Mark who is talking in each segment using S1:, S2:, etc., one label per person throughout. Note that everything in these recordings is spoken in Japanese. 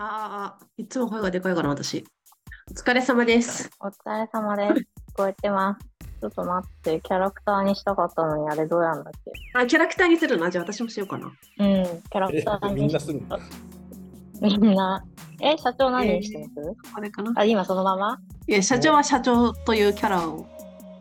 S1: ああ、いつも声がでかいから私。お疲れ様です。
S2: お疲れ様です。聞こえてます。ちょっと待って、キャラクターにしたかったのに、あれどうやんだっけ
S1: あ、キャラクターにするな。じゃあ私もしようかな。
S2: うん、キャラク
S3: え
S2: ター
S3: みん
S2: に
S3: なするんだ。
S2: みんな。え、社長何
S1: えー
S2: にしてます、
S1: あれかな。
S2: あ、今そのまま
S1: いや、社長は社長というキャラを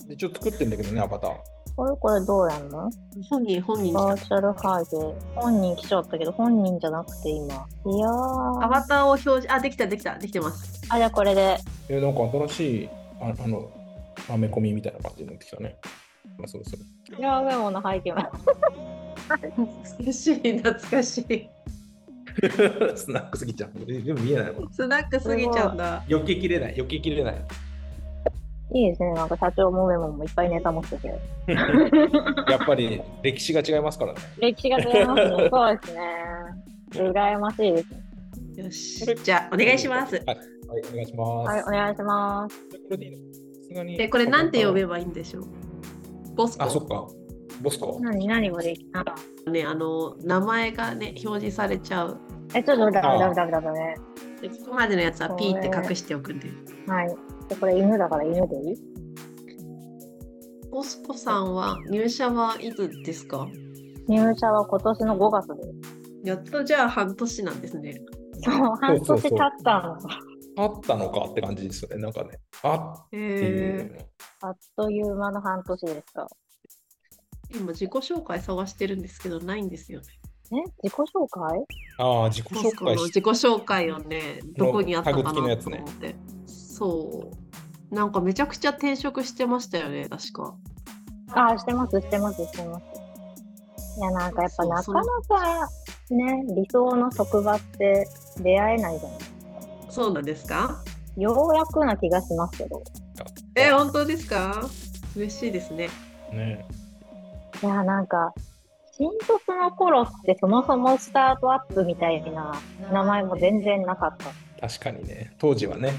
S3: 一応作ってんだけどね、アバター。
S2: これこれどうやんの
S1: 本人、本人に
S2: バー
S1: し
S2: チャルハイで。本人来ちゃったけど、本人じゃなくて今。いや
S1: た。ア
S2: ー。
S1: バターを表示、あ、できた、できた、できてます。
S2: あ、じゃあこれで。
S3: え、なんか新しい、ああの、アメコミみたいな感じになってきたね。まあ、そうそう。
S2: いやー、でもの背景も。
S1: 懐かしい、懐かしい。
S3: スナックすぎちゃう。えでも見えないもん。
S1: スナックすぎちゃうんだ。
S3: 避けきれない、避けきれない。
S2: いいですね。なんか社長もメモもいっぱいネタ持ってて。
S3: やっぱり歴史が違いますからね。
S2: 歴史が違いますね。 そうですね。羨ましいですね。
S1: よし。じゃあ、お願いします。
S3: はい、はい、お願いします。
S2: はい、お願いします。
S3: これでいいのさすがに
S1: え、これなんて呼べばいいんでしょうボスコ
S3: あ、そっか。ボスコ。
S2: 何、何ができた
S1: ね、あの、名前がね、表示されちゃう。
S2: え、ちょっとダメダメダメダメね。
S1: で、ここまでのやつはピーって隠しておくんで。
S2: はい。で、これ犬だから犬でいい
S1: ボスコさんは入社はいつですか
S2: 入社は今年の5月で
S1: やっとじゃあ半年なんですね。
S2: す。そう、半
S3: そう
S2: 年
S3: そ
S2: 経
S3: う
S2: ったの。
S3: あったのかって感じですよね。なんかね。あっ
S1: へ
S3: ていう。
S2: あっという間の半年でした。
S1: 今自己紹介探してるんですけどないんですよね。
S2: え、自己紹介
S3: ああ、自己
S1: ボス
S3: 紹
S1: コの
S3: 介し
S1: 自己紹介をね、どこにあったかな
S3: タ
S1: と
S3: グ付き
S1: 思
S3: のや
S1: っ
S3: つね
S1: て。そう。なんかめちゃくちゃ転職してましたよね、確か。
S2: あー、してます、してます、してます。いや、なんかやっぱなかなかね、理想の職場って出会えないじゃない
S1: そうなんですか
S2: ようやくな気がしますけど。
S1: え、本当ですか嬉しいですね。
S3: ね。
S2: いや、なんか、新卒の頃ってそもそもスタートアップみたいな名前も全然なかった。
S3: 確かにね。当時はね。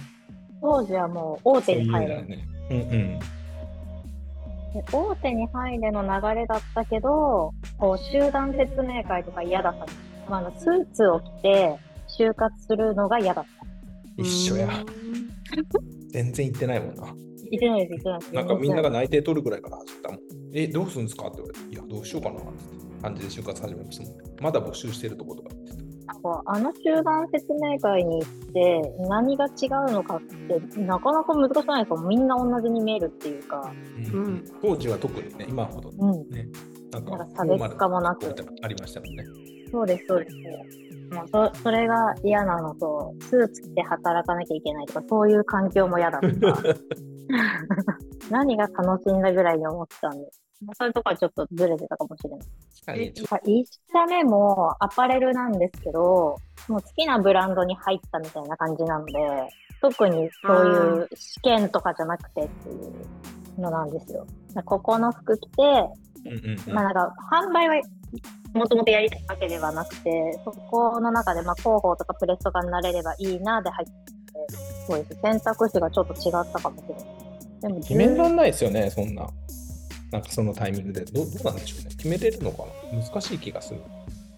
S2: 当時はもう大
S3: そう
S2: 手
S3: いう
S2: に
S3: 意
S2: 入
S3: 味
S2: る
S3: だ。よね。うんうん。
S2: で大手に入れの流れだったけど、こう集団説明会とか嫌だったの。まあ、あのスーツを着て就活するのが嫌だった。
S3: 一緒
S1: う
S3: や。
S1: ーん。
S3: 全然行ってないもんな。
S2: いけないです、いけないです。
S3: なんかみんなが内定取るぐらいから始めたもん。え、どうするんですかって言われて、いや、どうしようかなって感じで就活始めましたもん。まだ募集してるとことかって言って
S2: こうあの集団説明会に行って何が違うのかってなかなか難しくないですかみんな同じに見えるっていうか、
S3: た、うん
S1: うん
S3: 当時は特にね、今ほど
S2: うん、
S3: なんか
S2: なんか差別化もなく
S3: フォーマル格好みたいなのありましたもんね。
S2: そうです、そうです。もうそそれが嫌なのと、スーツ着て働かなきゃいけないとか、そういう環境も嫌だと か、何が楽しいんだぐらいに思ってたんで、まあそういうとこはちょっとずれてたかもしれない。
S3: 確かに、ちょっ
S2: まあ一社目もアパレルなんですけど、もう好きなブランドに入ったみたいな感じなので、特にそういう試験とかじゃなくてっていうのなんですよ。ここの服着て、
S3: と、うんうんうん
S2: まあ、なんか販売はもともとやりたいわけではなくてそこの中でまあ広報とかプレスとかになれればいいなで入ってきてそうです選択肢がちょっと違ったかもしれないでも
S3: 決めらんないですよね、そんな。なんかそのタイミングで。どどうなんでしょうね。決めれるのかな難しい気がする。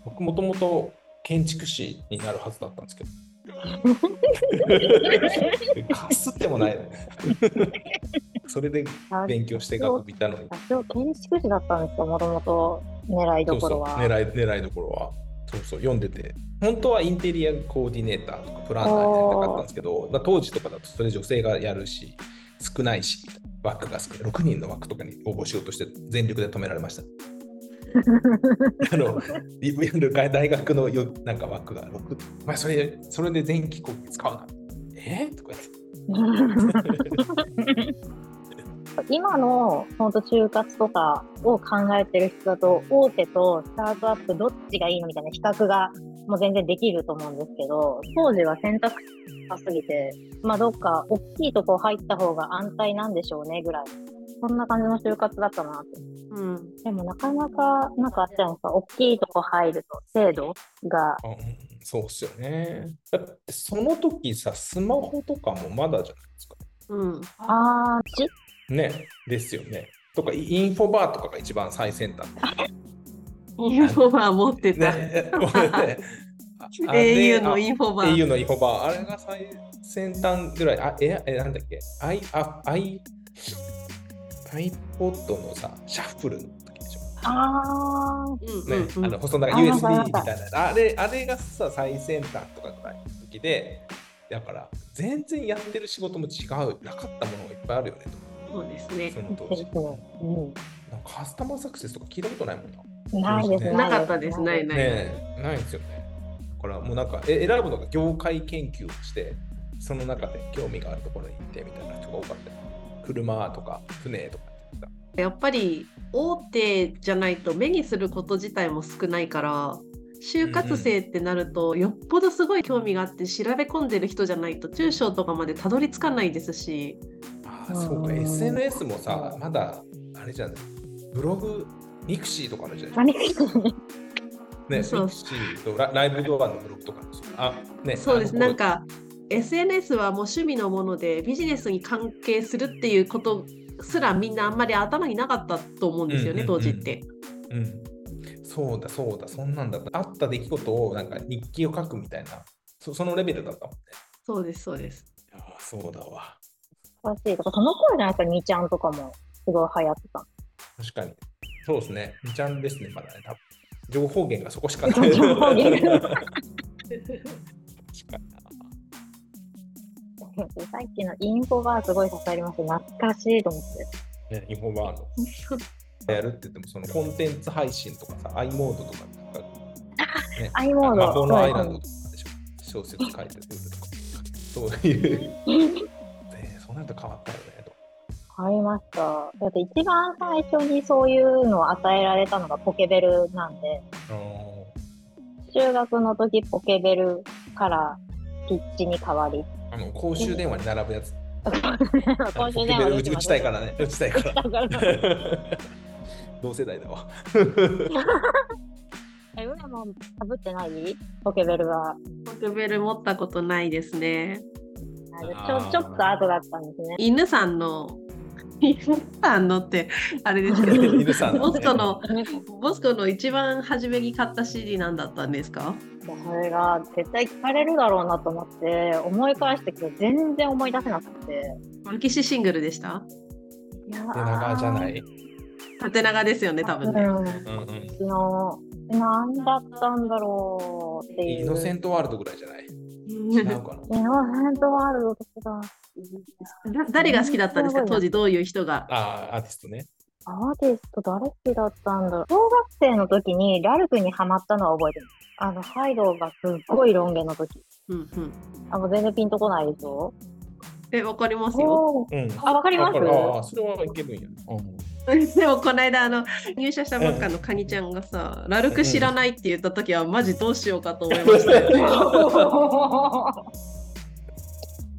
S3: 僕もともと建築士になるはずだったんですけど。かすってもない、ね、それで
S2: あ
S3: 勉強して学びたのに。
S2: 今日建築士だったんですよもともと狙い
S3: そ
S2: ど
S3: う
S2: こ
S3: そ
S2: ろ
S3: う
S2: は
S3: 狙い狙いどころはそうそう読んでて本当はインテリアコーディネーターとかプランナーになりたかったんですけどだ当時とかだとそれ女性がやるし少ないし枠が少ない6人の枠とかに応募しようとして全力で止められ ましたあのいわゆる大学のよなんか枠が6お前それそれで全機構使うなえーとか言って
S2: 今の本当就活とかを考えてる人だと大手とスタートアップどっちがいいのみたいな比較がもう全然できると思うんですけど当時は選択肢が多すぎてまあどっか大きいとこ入った方が安泰なんでしょうねぐらいそんな感じの就活だったなって
S1: うん。
S2: でもなかなかなんかあったじゃないですか大きいとこ入ると制度が
S3: あうんそうっすよねだってその時さスマホとかもまだじゃないですか
S1: うん。
S2: あーじ
S3: ね、ですよね。とか、イインフォバーとかが 一番最先端。
S1: インフォは持ってた。
S3: ね、もうねあで
S1: au のインフォバー
S3: au のイホバー、あれが最先端ぐらい、あ、え、えなんだっけ、i、あ、i、iPod のさ、シャッフルの時でしょ。
S2: あー
S1: うん
S3: ね、
S1: うんう
S3: あ
S1: ん
S3: の細長い
S2: あわ
S3: USB み
S2: か
S3: た
S2: った
S3: いなあれあれがさ最先端とかぐらいの時でだから全然やってる仕事も違うなかったものがいっぱいあるよね
S1: そうです
S3: と
S1: ね
S3: その
S2: そう
S3: 当
S2: で
S3: 時
S2: すね。
S3: なんかカスタマーサクセスとか聞いたことないもんなね
S2: うん。ないですね。
S1: なかったですないない、
S3: えないですよねだからもうなんかえ選ぶのが業界研究をしてその中で興味があるところに行ってみたいな人が多かったよ車とか船とか
S1: やっぱり大手じゃないと目にすること自体も少ないから就活生ってなるとよっぽどすごい興味があって調べ込んでる人じゃないと中小とかまでたどり着かないですし
S3: ああそうか
S2: うん
S3: SNS もさまだあれじゃないブログミクシーとかあるじゃない
S2: 何ですね。
S3: ね、
S1: そう
S3: ミクシーとラライブドアのブログとかですよあ、ね、
S1: そうです
S3: あの
S1: なん、か SNS はもう趣味のものでビジネスに関係するっていうことすらみんなあんまり頭になかったと思うんですよね、
S3: うんうんうん
S1: 当時って。
S3: うん、そうだそうだそんなんだったあった出来事をなんか日記を書くみたいなそそのレベルだったもんね
S1: そうですそうです
S3: ああそうだわ
S2: おかしい。とか、その頃じゃないですか、2ちゃんとかも、すごい流行ってた。
S3: 確かにそうですね2ちゃんですねまだね多分情報源がそこしかない
S2: 情報源
S3: 確かにな
S2: さっきのインフォバーすごい刺さりました。懐かしいと思って。
S3: ね、インフォ バーの。やるって言っても、そのコンテンツ配信とかさ、i モードとかなんか、ね
S2: i モード
S3: 魔法のアイランドとかでしょ。小説書いてるとか、そういう。ね、そうなると変わったよね、と。
S2: 買いました。だって一番最初にそういうのを与えられたのがポケベルなんで、中学の時ポケベルからピッチに変わり、
S3: あの公衆電話に並ぶやつ。
S2: 今
S3: ポ
S2: 週電
S3: ケベ
S2: 話
S3: ル
S2: でき
S3: 打ち
S2: ま
S3: 打
S2: す
S3: ちたいからね、打ちたいか
S2: だ
S3: ら。
S2: から、
S3: 同世代だわ。
S2: え、うらも被ってないポケベルは、
S1: ポケベル持ったことないですね。
S2: あのちょ、ちょっと後だったんですね。
S1: 犬さんの犬さんのってあれですけど
S3: 犬 さんのね
S1: ボスコのボスコの一番初めに買った CD なんだったんですか
S2: それが絶対聞かれるだろうなと思って、思い返してきて全然思い出せなくて。
S1: マルキシシングルでした
S2: いやー
S3: で、長じゃない。うん
S1: 縦長ですよね多分ね、
S2: うん。
S3: うん。
S2: の、なんだったんだろうっていう。
S3: イノセントワールドぐらいじゃない。違うかな。
S2: イノセントワールドと
S1: だ
S2: か、
S1: 誰が好きだったんですか当時どういう人が
S3: ああ、アーティストね。
S2: アーティスト誰好きだったんだろう。小学生の時にラルクにハマったのは覚えてる。あの、ハイドがすっごいロン毛の時。
S1: うんうん
S2: あ、もう全然ピンとこないでしょ
S1: えわかりますよ
S3: うん。
S2: あ、わかります
S3: だからああそれはいけるんや。うん
S1: でもこの間あの入社したばっかのカニちゃんがさ、ラルク知らないって言った時はマジどうしようかと思いましたよね。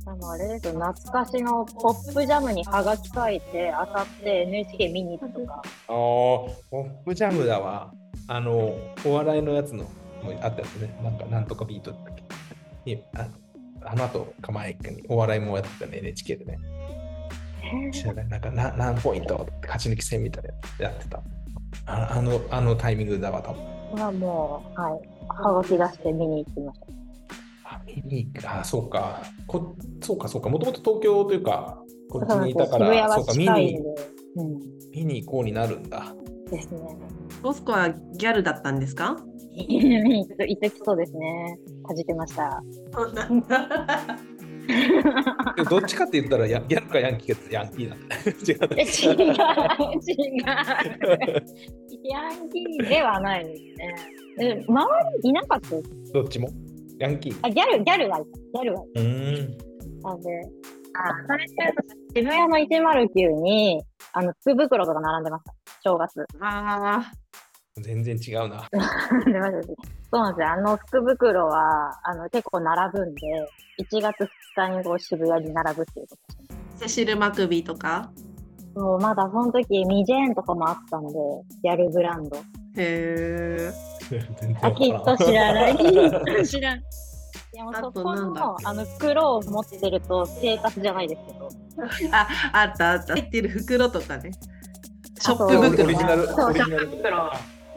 S2: でもあれですよ、懐かしのポップジャムにハガキ書いて、当たって NHK 見に行くとか。
S3: ああ、ポップジャムだわ。あの、お笑いのやつの、もうあったやつね。なんか、なんとかビートだっけ。にああの後、かまえくにお笑いもやってたね、NHK でね。知らない。なんか、な何ポイントって勝ち抜き戦みたいなやつやってた。ああの、あのタイミングだわ、多分。
S2: これはもう、はい、ハガキ出して見に行きました。
S3: あ、見に行くあ、そうか。こそうか、そうか。もともと東京というか、こっちにいたから、
S2: だ
S3: そ
S2: こ
S3: うか、
S2: う
S3: 見
S2: 渋谷は近い
S3: に
S2: ん、で。うん、
S3: 見に行こうになるんだ。
S2: ですね。
S1: ボスコはギャルだったんですか
S2: 行って行ってきそうですね。かじけま した。
S1: そうなんだ。
S3: でどっちかって言ったらや、やるかヤンキーかってヤンキーなんだ。 違う。
S2: え、 違う、違う。ヤンキーではないですね。え周りいなかったです
S3: どっちもヤンキー。
S2: あ、ギャル、ギャルがいた。ギャルがいた。
S3: うん。
S2: あで、あ、それで言うと渋谷の109に、あの、福袋とか並んでました。正月。
S1: ああ、
S3: 全然違うな。
S2: 並んでましたしそうなんですよ。あの、福袋は、あの、結構並ぶんで、1月2日にこう渋谷に並ぶっていうこ
S1: セシル・マクビーとか。
S2: と。もうまだその時、ミジェーンとかもあったんで、ギャルブランド。
S1: へえ。
S3: 全然
S2: あ、きっと知ら ない。きっと知らない。いやもう
S1: あ
S2: そ
S1: と
S2: こ
S1: なんだっ
S2: の
S1: け
S2: あの袋を持ってると生活じゃないですけど、
S1: あったあった。入ってる袋とかね。ショ
S2: あ
S1: ッ
S2: と
S1: プ
S3: オリ
S1: 袋
S3: ジ。ナル。
S2: そう
S3: オリジナル
S1: 袋。
S3: あ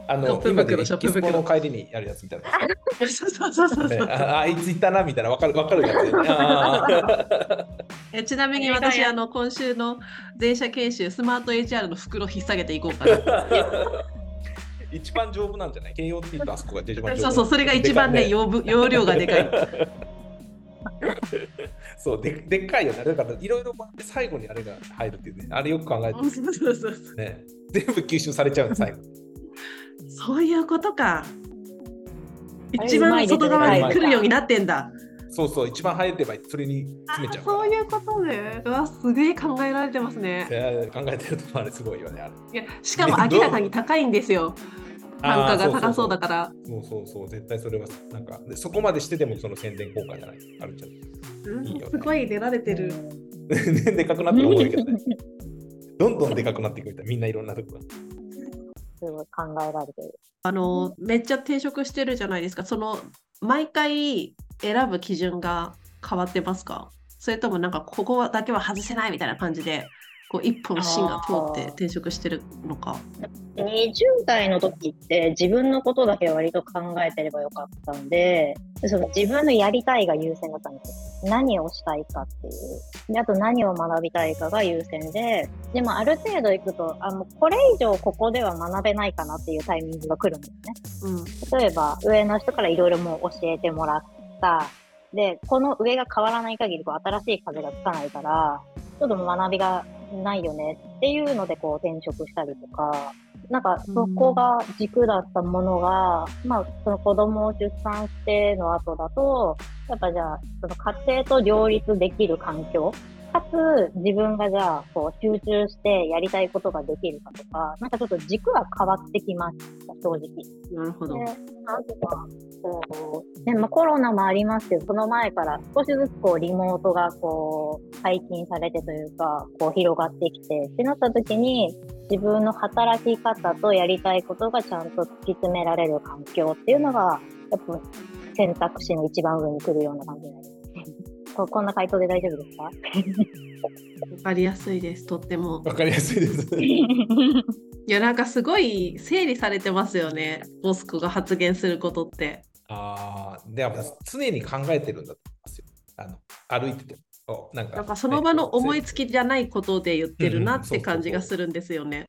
S1: シャ
S3: の
S1: ンプー
S3: 今
S1: 袋
S3: でね
S1: シャンプ
S3: キ
S1: ー
S3: ス
S1: 袋
S3: ボの帰りにやるやつみたいな。
S1: そうそうそうそう
S3: ねああいついたなみたいなわかるわかるやつ、ね。 あ ー
S1: えちなみに
S2: 映画
S1: 私
S2: や
S1: あの今週の全社研修スマート HR の袋引っ提げていこうかな
S3: 一番丈夫なんじゃない ?KOT とあそこが一番丈夫。
S1: そうそうそれが一番ね
S3: でか
S1: 容ぶ容量がでかい
S3: そうででっかいよね。だからいろいろ回って最後にあれが入るっていうね。あれよく考えて
S1: うんそうそうそうそう
S3: ね。全部吸収されちゃうの最後。
S1: そういうことか
S2: あれ
S1: 一
S2: うま
S1: 番
S2: いですね
S1: 外側に来るようになってんだ
S3: そうそう、一番入れてばそれに詰めちゃうから。
S1: そういうことねうわすげえ考えられてますね
S3: えー考えてるとこあれすごいよね。あれ
S1: いやしかも明らかに高いんですよ単価が高そうだから
S3: そうそうそう、絶対それは、なんか、でそこまでしてでもその宣伝効果じゃない、 あるじゃん。
S1: うん
S3: いいよね
S1: すごい出られてる
S3: でかくなってる思うけ どね。どんどんでかくなっていくみたい、みんないろんなとこが。
S2: すごい考えられてる。
S1: あのめっちゃ転職してるじゃないですかその毎回選ぶ基準が変わってますかそれともなんかここだけは外せないみたいな感じでこう一本芯が通って転職してるのか
S2: 20代の時って自分のことだけ割と考えてればよかったんでその自分のやりたいが優先だったんですよ何をしたいかっていうであと何を学びたいかが優先ででもある程度いくとあのこれ以上ここでは学べないかなっていうタイミングが来るんですね
S1: うん
S2: 例えば上の人からいろいろもう教えてもらったでこの上が変わらない限りこう新しい風がつかないからちょっともう学びがないよねっていうのでこう転職したりとかなんかそこが軸だったものが、まあその子供を出産しての後だとやっぱじゃあその家庭と両立できる環境かつ自分がじゃあこう集中してやりたいことができるかとかなんかちょっと軸は変わってきました正直。
S1: なるほど
S2: であとはこうねまあ、コロナもありますけど、その前から少しずつこうリモートがこう解禁されてというか、こう広がってきてってなった時に、自分の働き方とやりたいことがちゃんと突き詰められる環境っていうのが、やっぱ選択肢の一番上に来るような感じになります。ここんな回答で大丈夫ですか
S1: 分かりやすいですとっても
S3: わかりやすいです。
S1: いやなんかすごい整理されてますよねボスコが発言することって
S3: ああ、で、やっぱ常に考えてるんだと思いますよ。あの、歩いてても。おなんか
S1: なんかその場の思いつきじゃないことで言ってるなって感じがするんですよね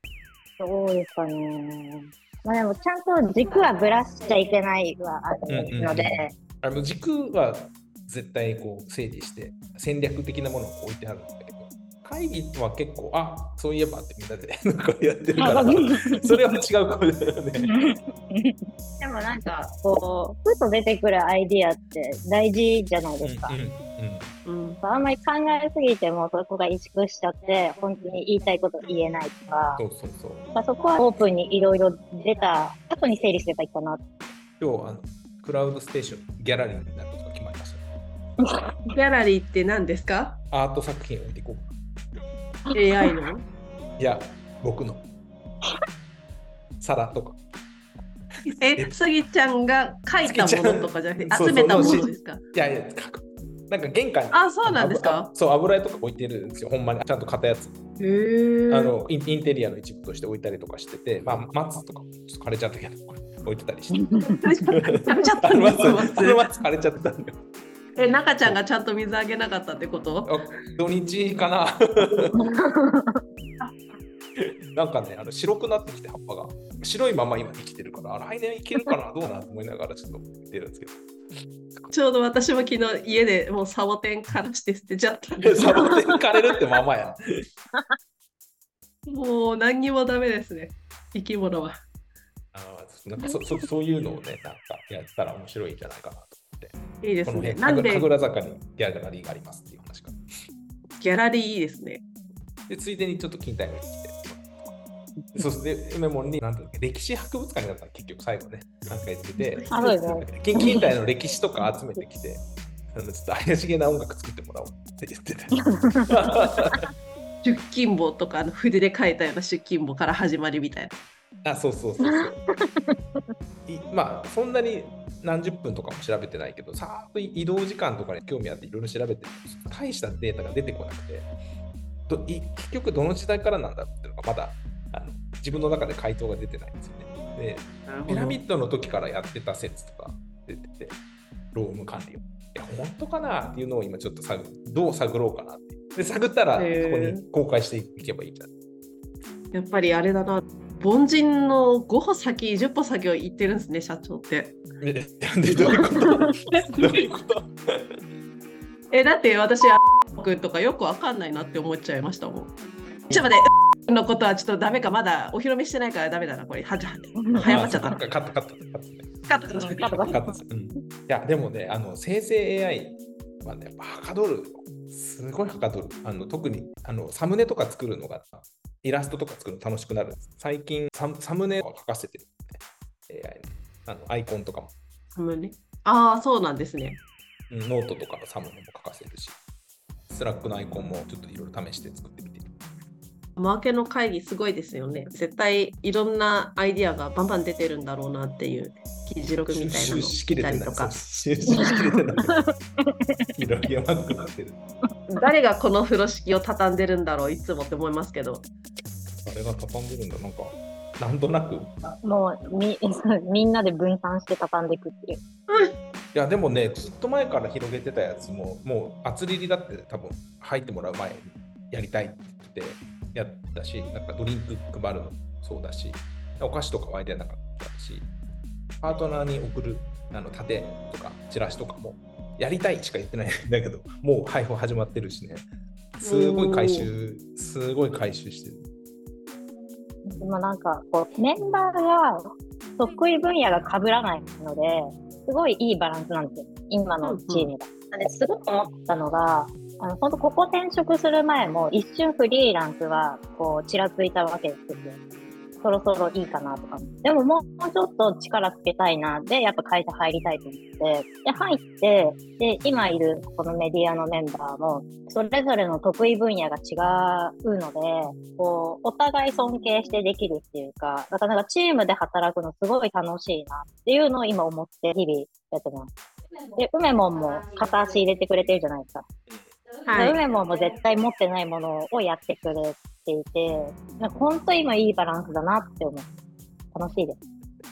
S2: どうですかね。まあでもちゃんと軸はぶらしちゃいけないはあるので、
S3: うんうんうんあの軸は絶対こう整理して戦略的なものを置いてあるんだけど会議は結構あそういえばってみんなで なんかやってるからそれは違うことだ よね。
S2: でもなんかこうふと出てくるアイディアって大事じゃないですか。
S1: うん
S2: あんまり考えすぎてもそこが萎縮しちゃって本当に言いたいこと言えないとか、
S3: そうそうそう。
S2: まあ、そこはオープンにいろいろ出た後に整理すればいいかな
S3: 今日あのクラウドステーションギャラリーになることが決まりました。
S1: ギャラリーって何です か
S3: アート作品を置いていこうか
S1: AI の
S3: な。いや僕 の皿とか
S1: え、スギちゃんが書いたものとかじゃなく
S3: スギち
S1: て集め
S3: ゃん
S1: たものですか。
S3: いやいや書くなんか玄関に
S1: あ、そうなんですか
S3: あ。そう油絵とか置いてるんですよほんまにちゃんと買ったやつ。
S1: へえ。
S3: あのインインテリアの一部として置いたりとかしてて、まあ、松とかもちょっと枯れちゃったけど、置いてたりして。
S1: 食べちゃった
S3: あの
S1: んです
S3: 松、あの
S1: よ。
S3: 松枯れちゃったんだよ。
S1: え、中ちゃんがちゃんと水あげなかったってこと？
S3: あ土日 かななんかね、あの白くなってきて葉っぱが。白いまま今生きてるから、あ来年いけるかなどうなと思いながらちょっと見てるんですけど。
S1: ちょうど私も昨日家でもうサボテンからして捨てちゃったんで。
S3: です サボテン枯れるってままや。
S1: もう何にもダメですね。生き物は。
S3: あーなんかそ そそういうのをね、なんかやったら面白いんじゃないかなと
S1: いいで。す
S3: この
S1: ね。
S3: 辺、
S1: なんで
S3: 神楽坂にギャラリーがありますっていう話から。
S1: ギャラリーいいですね。
S3: で、ついでにちょっと近代が来て。そうですね、メモに、なんだっけ、歴史博物館になったの、結局最後ね、なんか言ってて、
S2: あそうですね
S3: 近近代の歴史とか集めてきて、あのちょっと怪しげな音楽作ってもらおうって言ってて。
S1: 出勤簿とかあの筆で書いたような出勤簿から始まりみたい
S3: あ、そうそうそうそう。いまあ、そんなに何十分とかも調べてないけど、さーっと移動時間とかに興味あっていろいろ調べて、大したデータが出てこなくて、どい結局どの時代からなんだろうっていうのがまだあの自分の中で回答が出てないんですよね。で
S1: なるほ
S3: ピ
S1: ど
S3: ラミッドの時からやってた説とか出てて、ローム管理を。いや、本当かなっていうのを今ちょっと探どう探ろうかなっていう。で、探ったら、ここ
S1: へー
S3: に公開していけばいいじゃん。
S1: やっぱりあれだな凡人の5歩先10歩先を行ってるんですね社長って。
S3: えでどういうことどういうこと
S1: えだって私あ君とかよくわかんないなって思っちゃいましたもん。ちょっと待ってのことはちょっとダメかまだお披露目してないからダメだなこれはじは早まっちゃったな
S3: あそうカットカットカットね
S1: カットカット
S2: カットカット
S3: カットですうんいや、でもね、あの生成 AI はね、やっぱはかどる。すごいはかどる。あの特にあのサムネとか作るのが、イラストとか作るの楽しくなる。最近サム、サムネを書かせてる、ね。AI にあのアイコンとかも、
S1: サムネああそうなんですね。
S3: うんノートとかのサムネも書かせるし、スラックのアイコンもちょっといろいろ試して作ってみてる。
S1: マーケの会議すごいですよね。絶対いろんなアイディアがバンバン出てるんだろうなっていう議事録みたいなの
S3: 収
S1: を
S3: しき
S1: 見
S3: れ
S1: た
S3: て
S1: り
S3: ない
S1: と。か
S3: 収集しきれてない。広げまくなってる。
S1: 誰がこの風呂敷を畳んでるんだろういつもって思いますけど
S3: あれが畳んでるんだ、なんか、なんとなく
S2: もうみ みんなで分散して畳んでいくっていう。
S3: いやでもねずっと前から広げてたやつももう厚切りだって多分入ってもらう前にやりたいって言ってやったしなんかドリンク配るのもそうだしお菓子とかはアイデアなかったしパートナーに送るあの盾とかチラシとかもやりたいしか言ってないんだけどもう配布始まってるしねすごい回収すごい回収してる
S2: 今なんかこうメンバーが得意分野が被らないのですごいいいバランスなんですよ今のチームが。なんですごく思ったのがあの本当ここ転職する前も一瞬フリーランスはこうちらついたわけですよ。そろそろいいかなとか。でももうちょっと力つけたいな。で、やっぱ会社入りたいと思って。で、入って、で、今いるこのメディアのメンバーも、それぞれの得意分野が違うので、こう、お互い尊敬してできるっていうか、なかなかチームで働くのすごい楽しいなっていうのを今思って日々やってます。で、梅もんも片足入れてくれてるじゃないですか。
S1: はい
S2: 梅もんも絶対持ってないものをやってくれていて、なんか本当今いいバランスだなって思う。楽しいで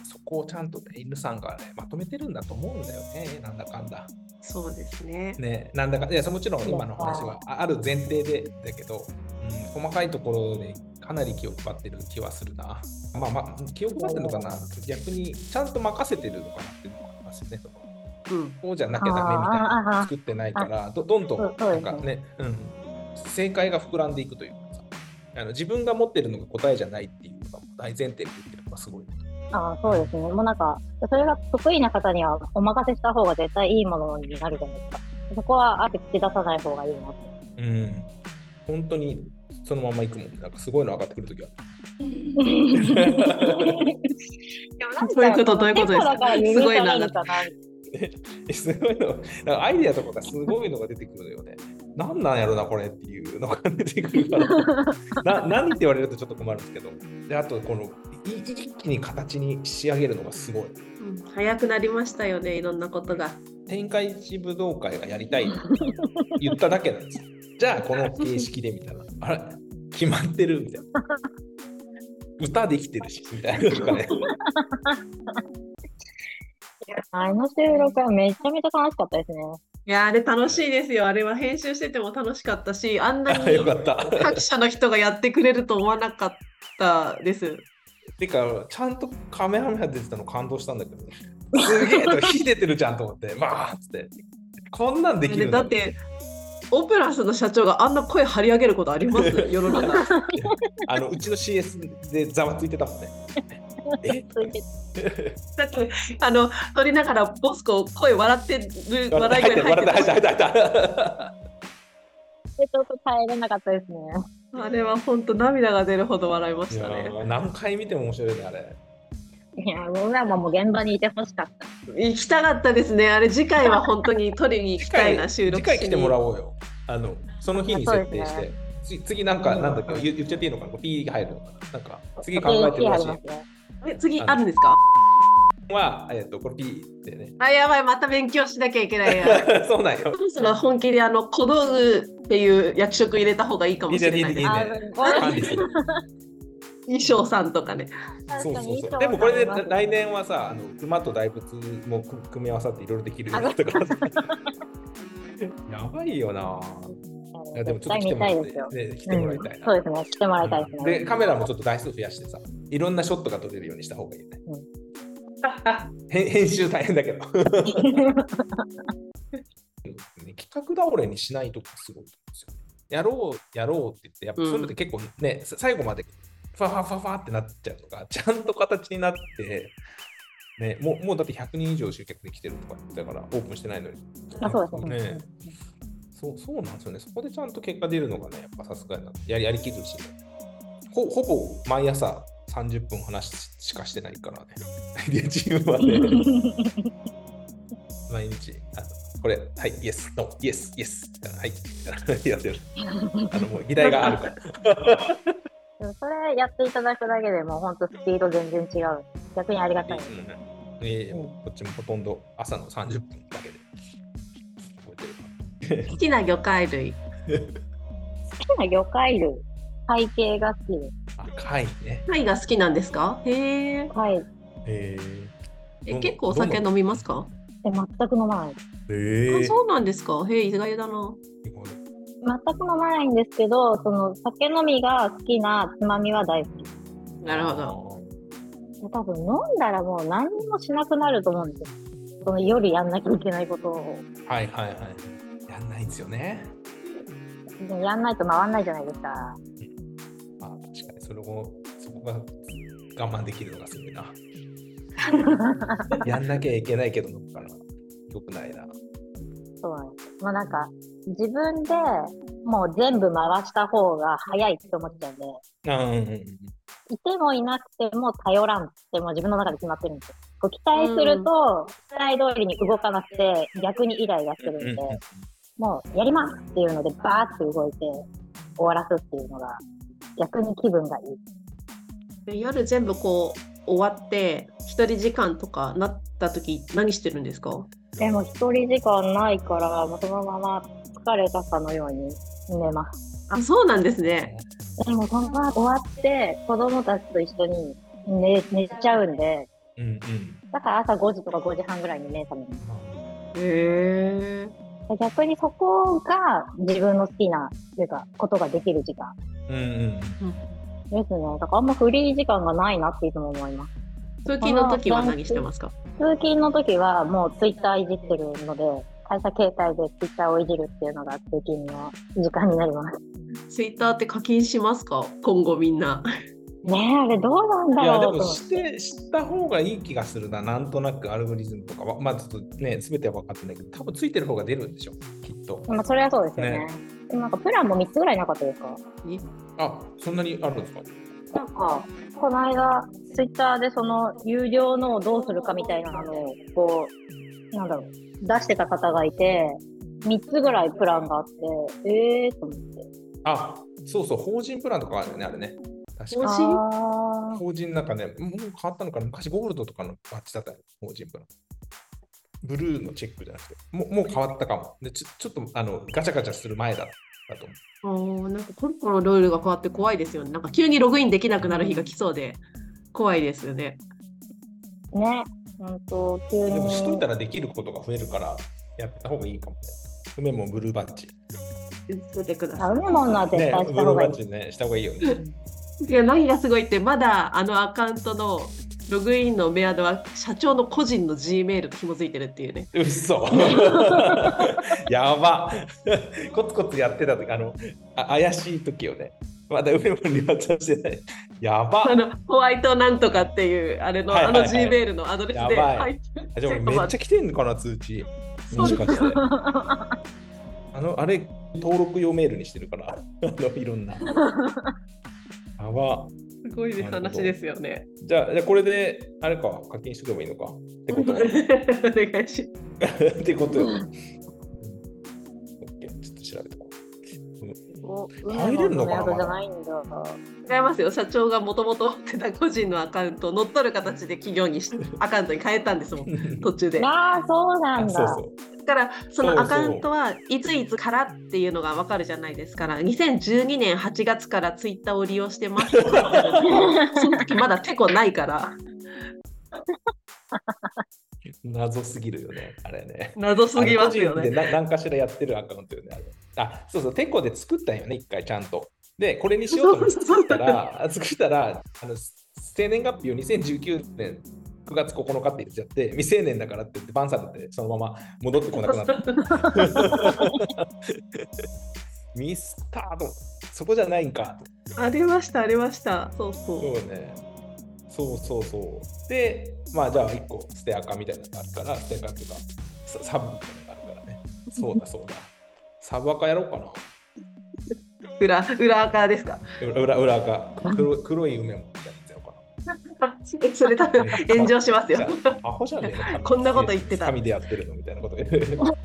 S2: す。
S3: そこをちゃんとね犬さんがねまとめてるんだと思うんだよねなんだかんだ。
S1: そうですね
S3: ね、なんだかいやそもちろん今の話はあある前提でだけど、うん、細かいところでかなり気を配ってる気はするな。まあまあ、気を配ってるのかな、逆にちゃんと任せてるのかなっていうのもありますよね。
S1: うん
S3: そうじゃなきゃダメみたい
S2: あーあーあ
S3: な
S2: ー
S3: 作ってないから、どどんどん
S2: そう
S3: なんか
S2: そう
S3: ね、うん、正解が膨らんでいくというかさあの、自分が持ってるのが答えじゃないっていうのが大前提で言ってるのがすごい。
S2: ああ、そうですね。もうなんか、それが得意な方にはお任せした方が絶対いいものになるじゃないですか。そこはあえて口出さない方がいいな って。
S3: うん、本当にそのまま行くもんね、なんかすごいの上がってくるときは
S1: どういうことどういうことですかすごいな
S2: なんか
S3: えすごいの、なんかアイディアとかがすごいのが出てくるのよね。なんなんやろな、これっていうのが出てくるから。な何って言われるとちょっと困るんですけど。で、あと、この、い一気に形に仕上げるのがすごい。
S1: うん早くなりましたよねいろんなことが
S3: 展開一武道会がやりたいって言っただけなんですよ。じゃあ、この形式でみたいな。あれ決まってるみたいな。歌できてるし、みたいなのとかね。
S2: あの収録はめちゃめちゃ楽しかったですね。
S1: いやーあれ楽しいですよあれは編集してても楽しかったしあんな
S3: あ
S1: に
S3: よかった。
S1: 各社の人がやってくれると思わなかったです
S3: てか、ちゃんとカメハメハ出てたの感動したんだけど、すげえと、火出てるじゃんと思って、まあっつって、こんなんできるん
S1: だってオペラスの社長があんな声張り上げることあります 世の中
S3: あのうちの CS でざわついて たもんね。え
S1: だってあの撮りながらボスコ声笑ってる笑い
S3: 入って
S1: 声
S3: る、
S1: 入
S3: 笑って
S1: っ
S3: 入
S1: て
S3: って
S1: た
S3: 入って入った。
S2: でちょっと耐えれなかったですね。
S1: あれは本当涙が出るほど笑いま
S3: い
S1: し
S3: や
S1: たね
S3: ー何回見ても面白いね、あれ。
S2: いや、もうらももう現場にいてほしかった。
S1: 行きたかったですねあれ次回は 本当に取りに行きたいな収
S3: 次
S1: 録
S3: 回来てもら
S1: う
S3: おうよ。あの、その日に設定して。次次なんか、なんだっけ、言言っちゃっていいのかな、ピー入るのかな。なんか、次考えてるらしい。
S2: いね。
S1: 次あるんですか
S3: は、えっ、と、これピーでね。
S1: あやばいまた勉強しなきゃいけないや
S3: そうなんよ。
S1: そろ本気であの小道具っていう役職入れた方がいいかもしれない
S3: いい
S1: で
S3: ね
S1: す
S2: あ
S3: いいね
S2: ーすごい
S3: 管理する
S1: 衣装さんとかね。
S3: そうそうそう。でもこれで来年はさ、あの馬と大仏もく組み合わさっていろいろできるようになっ たから。やばいよな。いやでもちょっと来
S2: 見
S3: ても
S2: た
S3: らっ
S2: いで
S3: て、
S2: すよ。
S3: ね、来てもらいたいな。
S2: そうですね、来てもらいたいですね。
S3: でカメラもちょっと台数増やしてさいろんなショットが撮れるようにした方がいいね、
S2: う
S3: 編編集大変だけど企画倒れにしないとこすごいと思うんですよやろうやろうって言ってやっぱそういうのって結構ね、さ最後までファファファファってなっちゃうとかちゃんと形になってね、もうもうだって100人以上集客できてるとか言ってたからオープンしてないのに。
S2: あそうですね
S3: ねそうそうなんですよね。そこでちゃんと結果出るのがね、やっぱさすがになやりやりきるし、ほほぼ毎朝30分話しかしてないからね。 アイデアチームはね、毎日、あのこれ、はい、イエス、ノー、イエス、イエス、はい、 やってる。あのもう議題があるから。
S2: でもそれやっていただくだけでもう本当スピード全然違う。逆にありがたいです。
S3: うんいやいやもうこっちもほとんど朝の30分だけで。覚えてる
S1: 好きな魚介類。
S2: 好きな魚介類、海系が好きです。
S3: 赤いね。
S1: 貝が好きなんですか？へえ。
S2: はい。
S3: え
S1: え結構お酒飲みますか？
S2: で全く飲まないです。
S3: え
S1: あそうなんですか。へえ意外だな。
S2: 全く飲まないんですけど、その酒飲みが好きなつまみは大好き。
S1: なるほど。
S2: 多分飲んだらもう何にもしなくなると思うんですよ。その夜やんなきゃいけないことを。
S3: はいはいはい。やんないんですよね。
S2: でもやんないと回んないじゃないですか。
S3: まあ確かにそれもそこが我慢できるのがすご いな。やんなきゃいけないけど飲むからよくないな。
S2: そうなんです。もうなんか、自分でもう全部回した方が早いって思っちゃうんで。
S3: うんうんうん。
S2: いてもいなくても頼らんってもう自分の中で決まってるんですよ。こう期待すると、期待通りに動かなくて、逆にイライラするんで、
S3: うんうん
S2: もうやりますっていうので、バーって動いて終わらすっていうのが、逆に気分がいい。
S1: 夜全部こう終わって一人時間とかなった時何してるんですか
S2: でも一人時間ないから、もうそのまま疲れたかのように寝ます。
S1: あそうなんですね
S2: でもそのまま終わって、子供たちと一緒に寝寝ちゃうんで、
S3: うんうん。
S2: だから朝5時とか5時半ぐらいに目覚める。
S1: へえ
S2: 逆にそこが自分の好きな、というか、ことができる時間
S3: うんうん。
S2: ですね。だからあんまフリー時間がないなっていつも思います。
S1: 通勤の時は何してますか
S2: 通勤の時はもうツイッターいじってるので、会社携帯でツイッターをいじるっていうのが通勤の時間になります。
S1: ツイッターって課金しますか今後みんな
S2: ねえ、あれどうなん だ
S3: いやで
S2: ろう
S3: も
S2: と思って。
S3: して知った方がいい気がするな、なんとなくアルゴリズムとかは、まあちょっとね、すべては分かってないけど、多分ついてる方が出るんでしょ、きっと。
S2: まあ、それはそうですよね。
S3: ね
S2: でもなんかプランも3つぐらいなかったですか
S3: あそんなにあるんですか
S2: なんか、この間、ツイッターでその有料のをどうするかみたいなのを、こう、なんだろう、出してた方がいて、3つぐらいプランがあって、えーと思って。
S3: あそうそう、法人プランとかあるよね、あれね。確か
S1: 欲
S3: に
S1: しい
S2: あ
S3: 法人なんかね、もう変わったのかな、昔ゴールドとかのバッジだったよ、法人プラン。ブルーのチェックじゃなくて、もうもう変わったかも。でちょちょっとあのガチャガチャする前だったと思う。
S1: あーなんかコロコロルールが変わって怖いですよねなんか急にログインできなくなる日が来そうで怖いですよね
S2: ーね、ほんと、急
S3: でもしとい
S2: に
S3: た。らできることが増えるから、やった方がいいかもね。梅もブルーバッジ。
S1: 見てくだ
S2: あ、
S1: さ
S2: 梅もんは絶
S3: ね
S2: 対、し
S3: ブ
S2: た
S3: ル
S2: 方
S3: ー
S2: がい
S3: バ
S2: い。
S3: ッジね、した方がいいよね。
S1: いいや何がすごいってまだあのアカウントのログインのメアドは社長の個人の G メールと紐づいてるっていうね
S3: うっそやばコツコツやってた時あのあ怪しい時をねまだ梅もに渡してないや ば
S1: あのホワイトなんとかっていうあれの、
S3: はいはいはい
S1: あの G メールのアドレスで
S3: やばい
S1: 入っ
S3: あじゃあ俺めっちゃ来てんのかな通知
S1: そ
S3: も
S1: う
S3: し
S1: で
S3: かしてあのあれ登録用メールにしてるからあ のいろんなやば
S1: すごい話ですよね。
S3: じゃあじゃあこれであれか課金しとけばいいのかって
S1: お
S3: こと
S1: 願いしま
S3: ってことよ、うん、OK ちょっと調べてこう
S2: お
S3: 入れるのかな
S2: 梅もんの宿じゃないんだ。
S1: す。違いますよ。社長がもともと持ってた個人のアカウントを乗っ取る形で企業にしアカウントに変えたんですもん。途中で。
S2: ああ、そうなん
S3: あ
S2: だ。
S3: そうそう
S1: だからそ
S3: そう
S1: の
S3: そう
S1: アカウントはいついつからっていうのがわかるじゃないですから2012年8月からツイッターを利用して ますってなるとその時まだてこないから
S3: 謎すぎるよね、あれね。
S1: 謎すぎますよ
S3: あの個人
S1: ね。
S3: でな何かしらやってるアカウントよね。あれあ、そうそう、テコで作ったんよね、一回ちゃんと。で、これにしようと思って
S1: そうそうそう
S3: 作ったら、 作ったら、あの生年月日を2019年9月9日って言っちゃって、未成年だからって言って、バンサーだって、そのまま戻ってこなくなった。ミスタード、そこじゃないんか。
S1: ありましたありました。そうそ
S3: そうね。そうそうそう。で、まあじゃあ1個、ステアカみたいなのがあるから、ステアカとか、ササブみたいなのがあるからね。そう だそうだ。サブアカやろうかな。
S1: う。裏裏側ですか。
S3: 裏裏裏赤黒黒い梅もみたいなやつやろう
S1: それ多分 炎上します よ。
S3: かな。アホじゃねえの
S1: こんなこと言ってた
S3: 神でやってるのみたいなこと言 って。この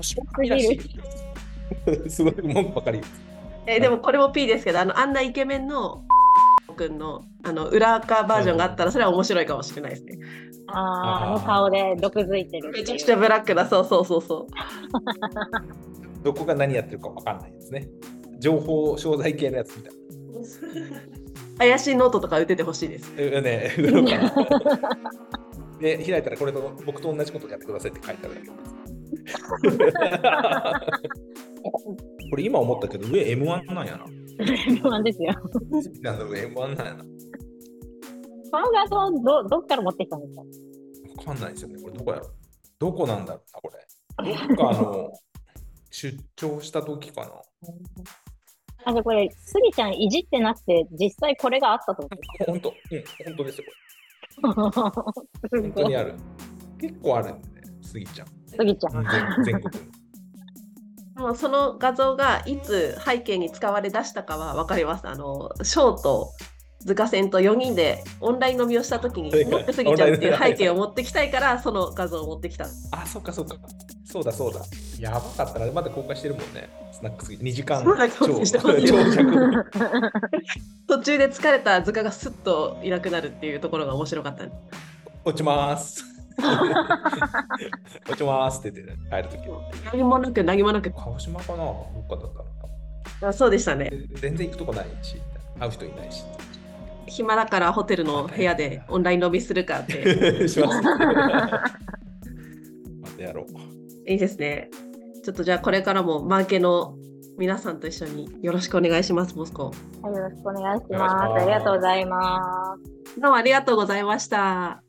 S3: 人神らしいすごい文句ばかり。
S1: えーでもこれも P ですけどあのあんなイケメンのくんのあの裏垢バージョンがあったらそれは面白いかもしれないですね。
S2: ああ、あの顔で毒づいてるって
S1: め
S2: いう。
S1: ちゃくちゃブラックだそうそうそうそう。
S3: どこが何やってるかわかんないですね。情報商材系のやつみたいな。
S1: 怪しいノートとか打ててほしいです。
S3: えね え、どうかなで、開いたらこれと僕と同じことやってくださいって書いてあるだけ。これ今思ったけど、上 M1 なんやな。
S2: そうなんですよ。
S3: なんだろう、M1 なんやな。
S2: この画像ど、どっから持ってきたんですか
S3: わかんないですよね。これどこやろどこなんだろうな、これ。どっかあの出張した時かな。
S2: あ、じゃあこれ、スギちゃんいじってなくて、実際これがあったと
S3: 本当、うん、本当ですよ。
S2: 思ってす
S3: これ本当
S2: ご
S3: に
S2: い。
S3: ある。結構あるんでね、スギちゃん。
S2: スギちゃん。
S3: 全全国に。
S1: もうその画像がいつ背景に使われ出したかは分かります。あのショーと塚線と4人でオンライン飲みをした時に
S3: はいはい
S1: もっと過ぎちゃうっていう背景を持ってきたいからその画像を持ってきた。
S3: あ、そっかそっか。そうだそうだ。やばかったな。まだ公開してるもんね。スナックすぎ。2時間
S1: そうだ
S3: 超
S1: 公開してますよ
S3: 長尺。
S1: 途中で疲れた塚がスッといなくなるっていうところが面白かった、ね。
S3: 落ちます。 落ちますって言って、帰るときは。
S1: 何もなく何もなく。
S3: 鹿児島かなどっかだったのか
S1: あそうでしたね。
S3: な。全然行くとこないし、会う人いな いし。
S1: 暇だからホテルの部屋でオンライン飲みするかって。
S3: します。 またやろう。
S1: いいですね。ちょっとじゃあこれからもマーケの皆さんと一緒によろしくお願いします、ボスコ。
S2: はい、よろしくお願いし
S3: お願いしま
S2: ますす。ありがとうございます。
S1: どうもありがとうございました。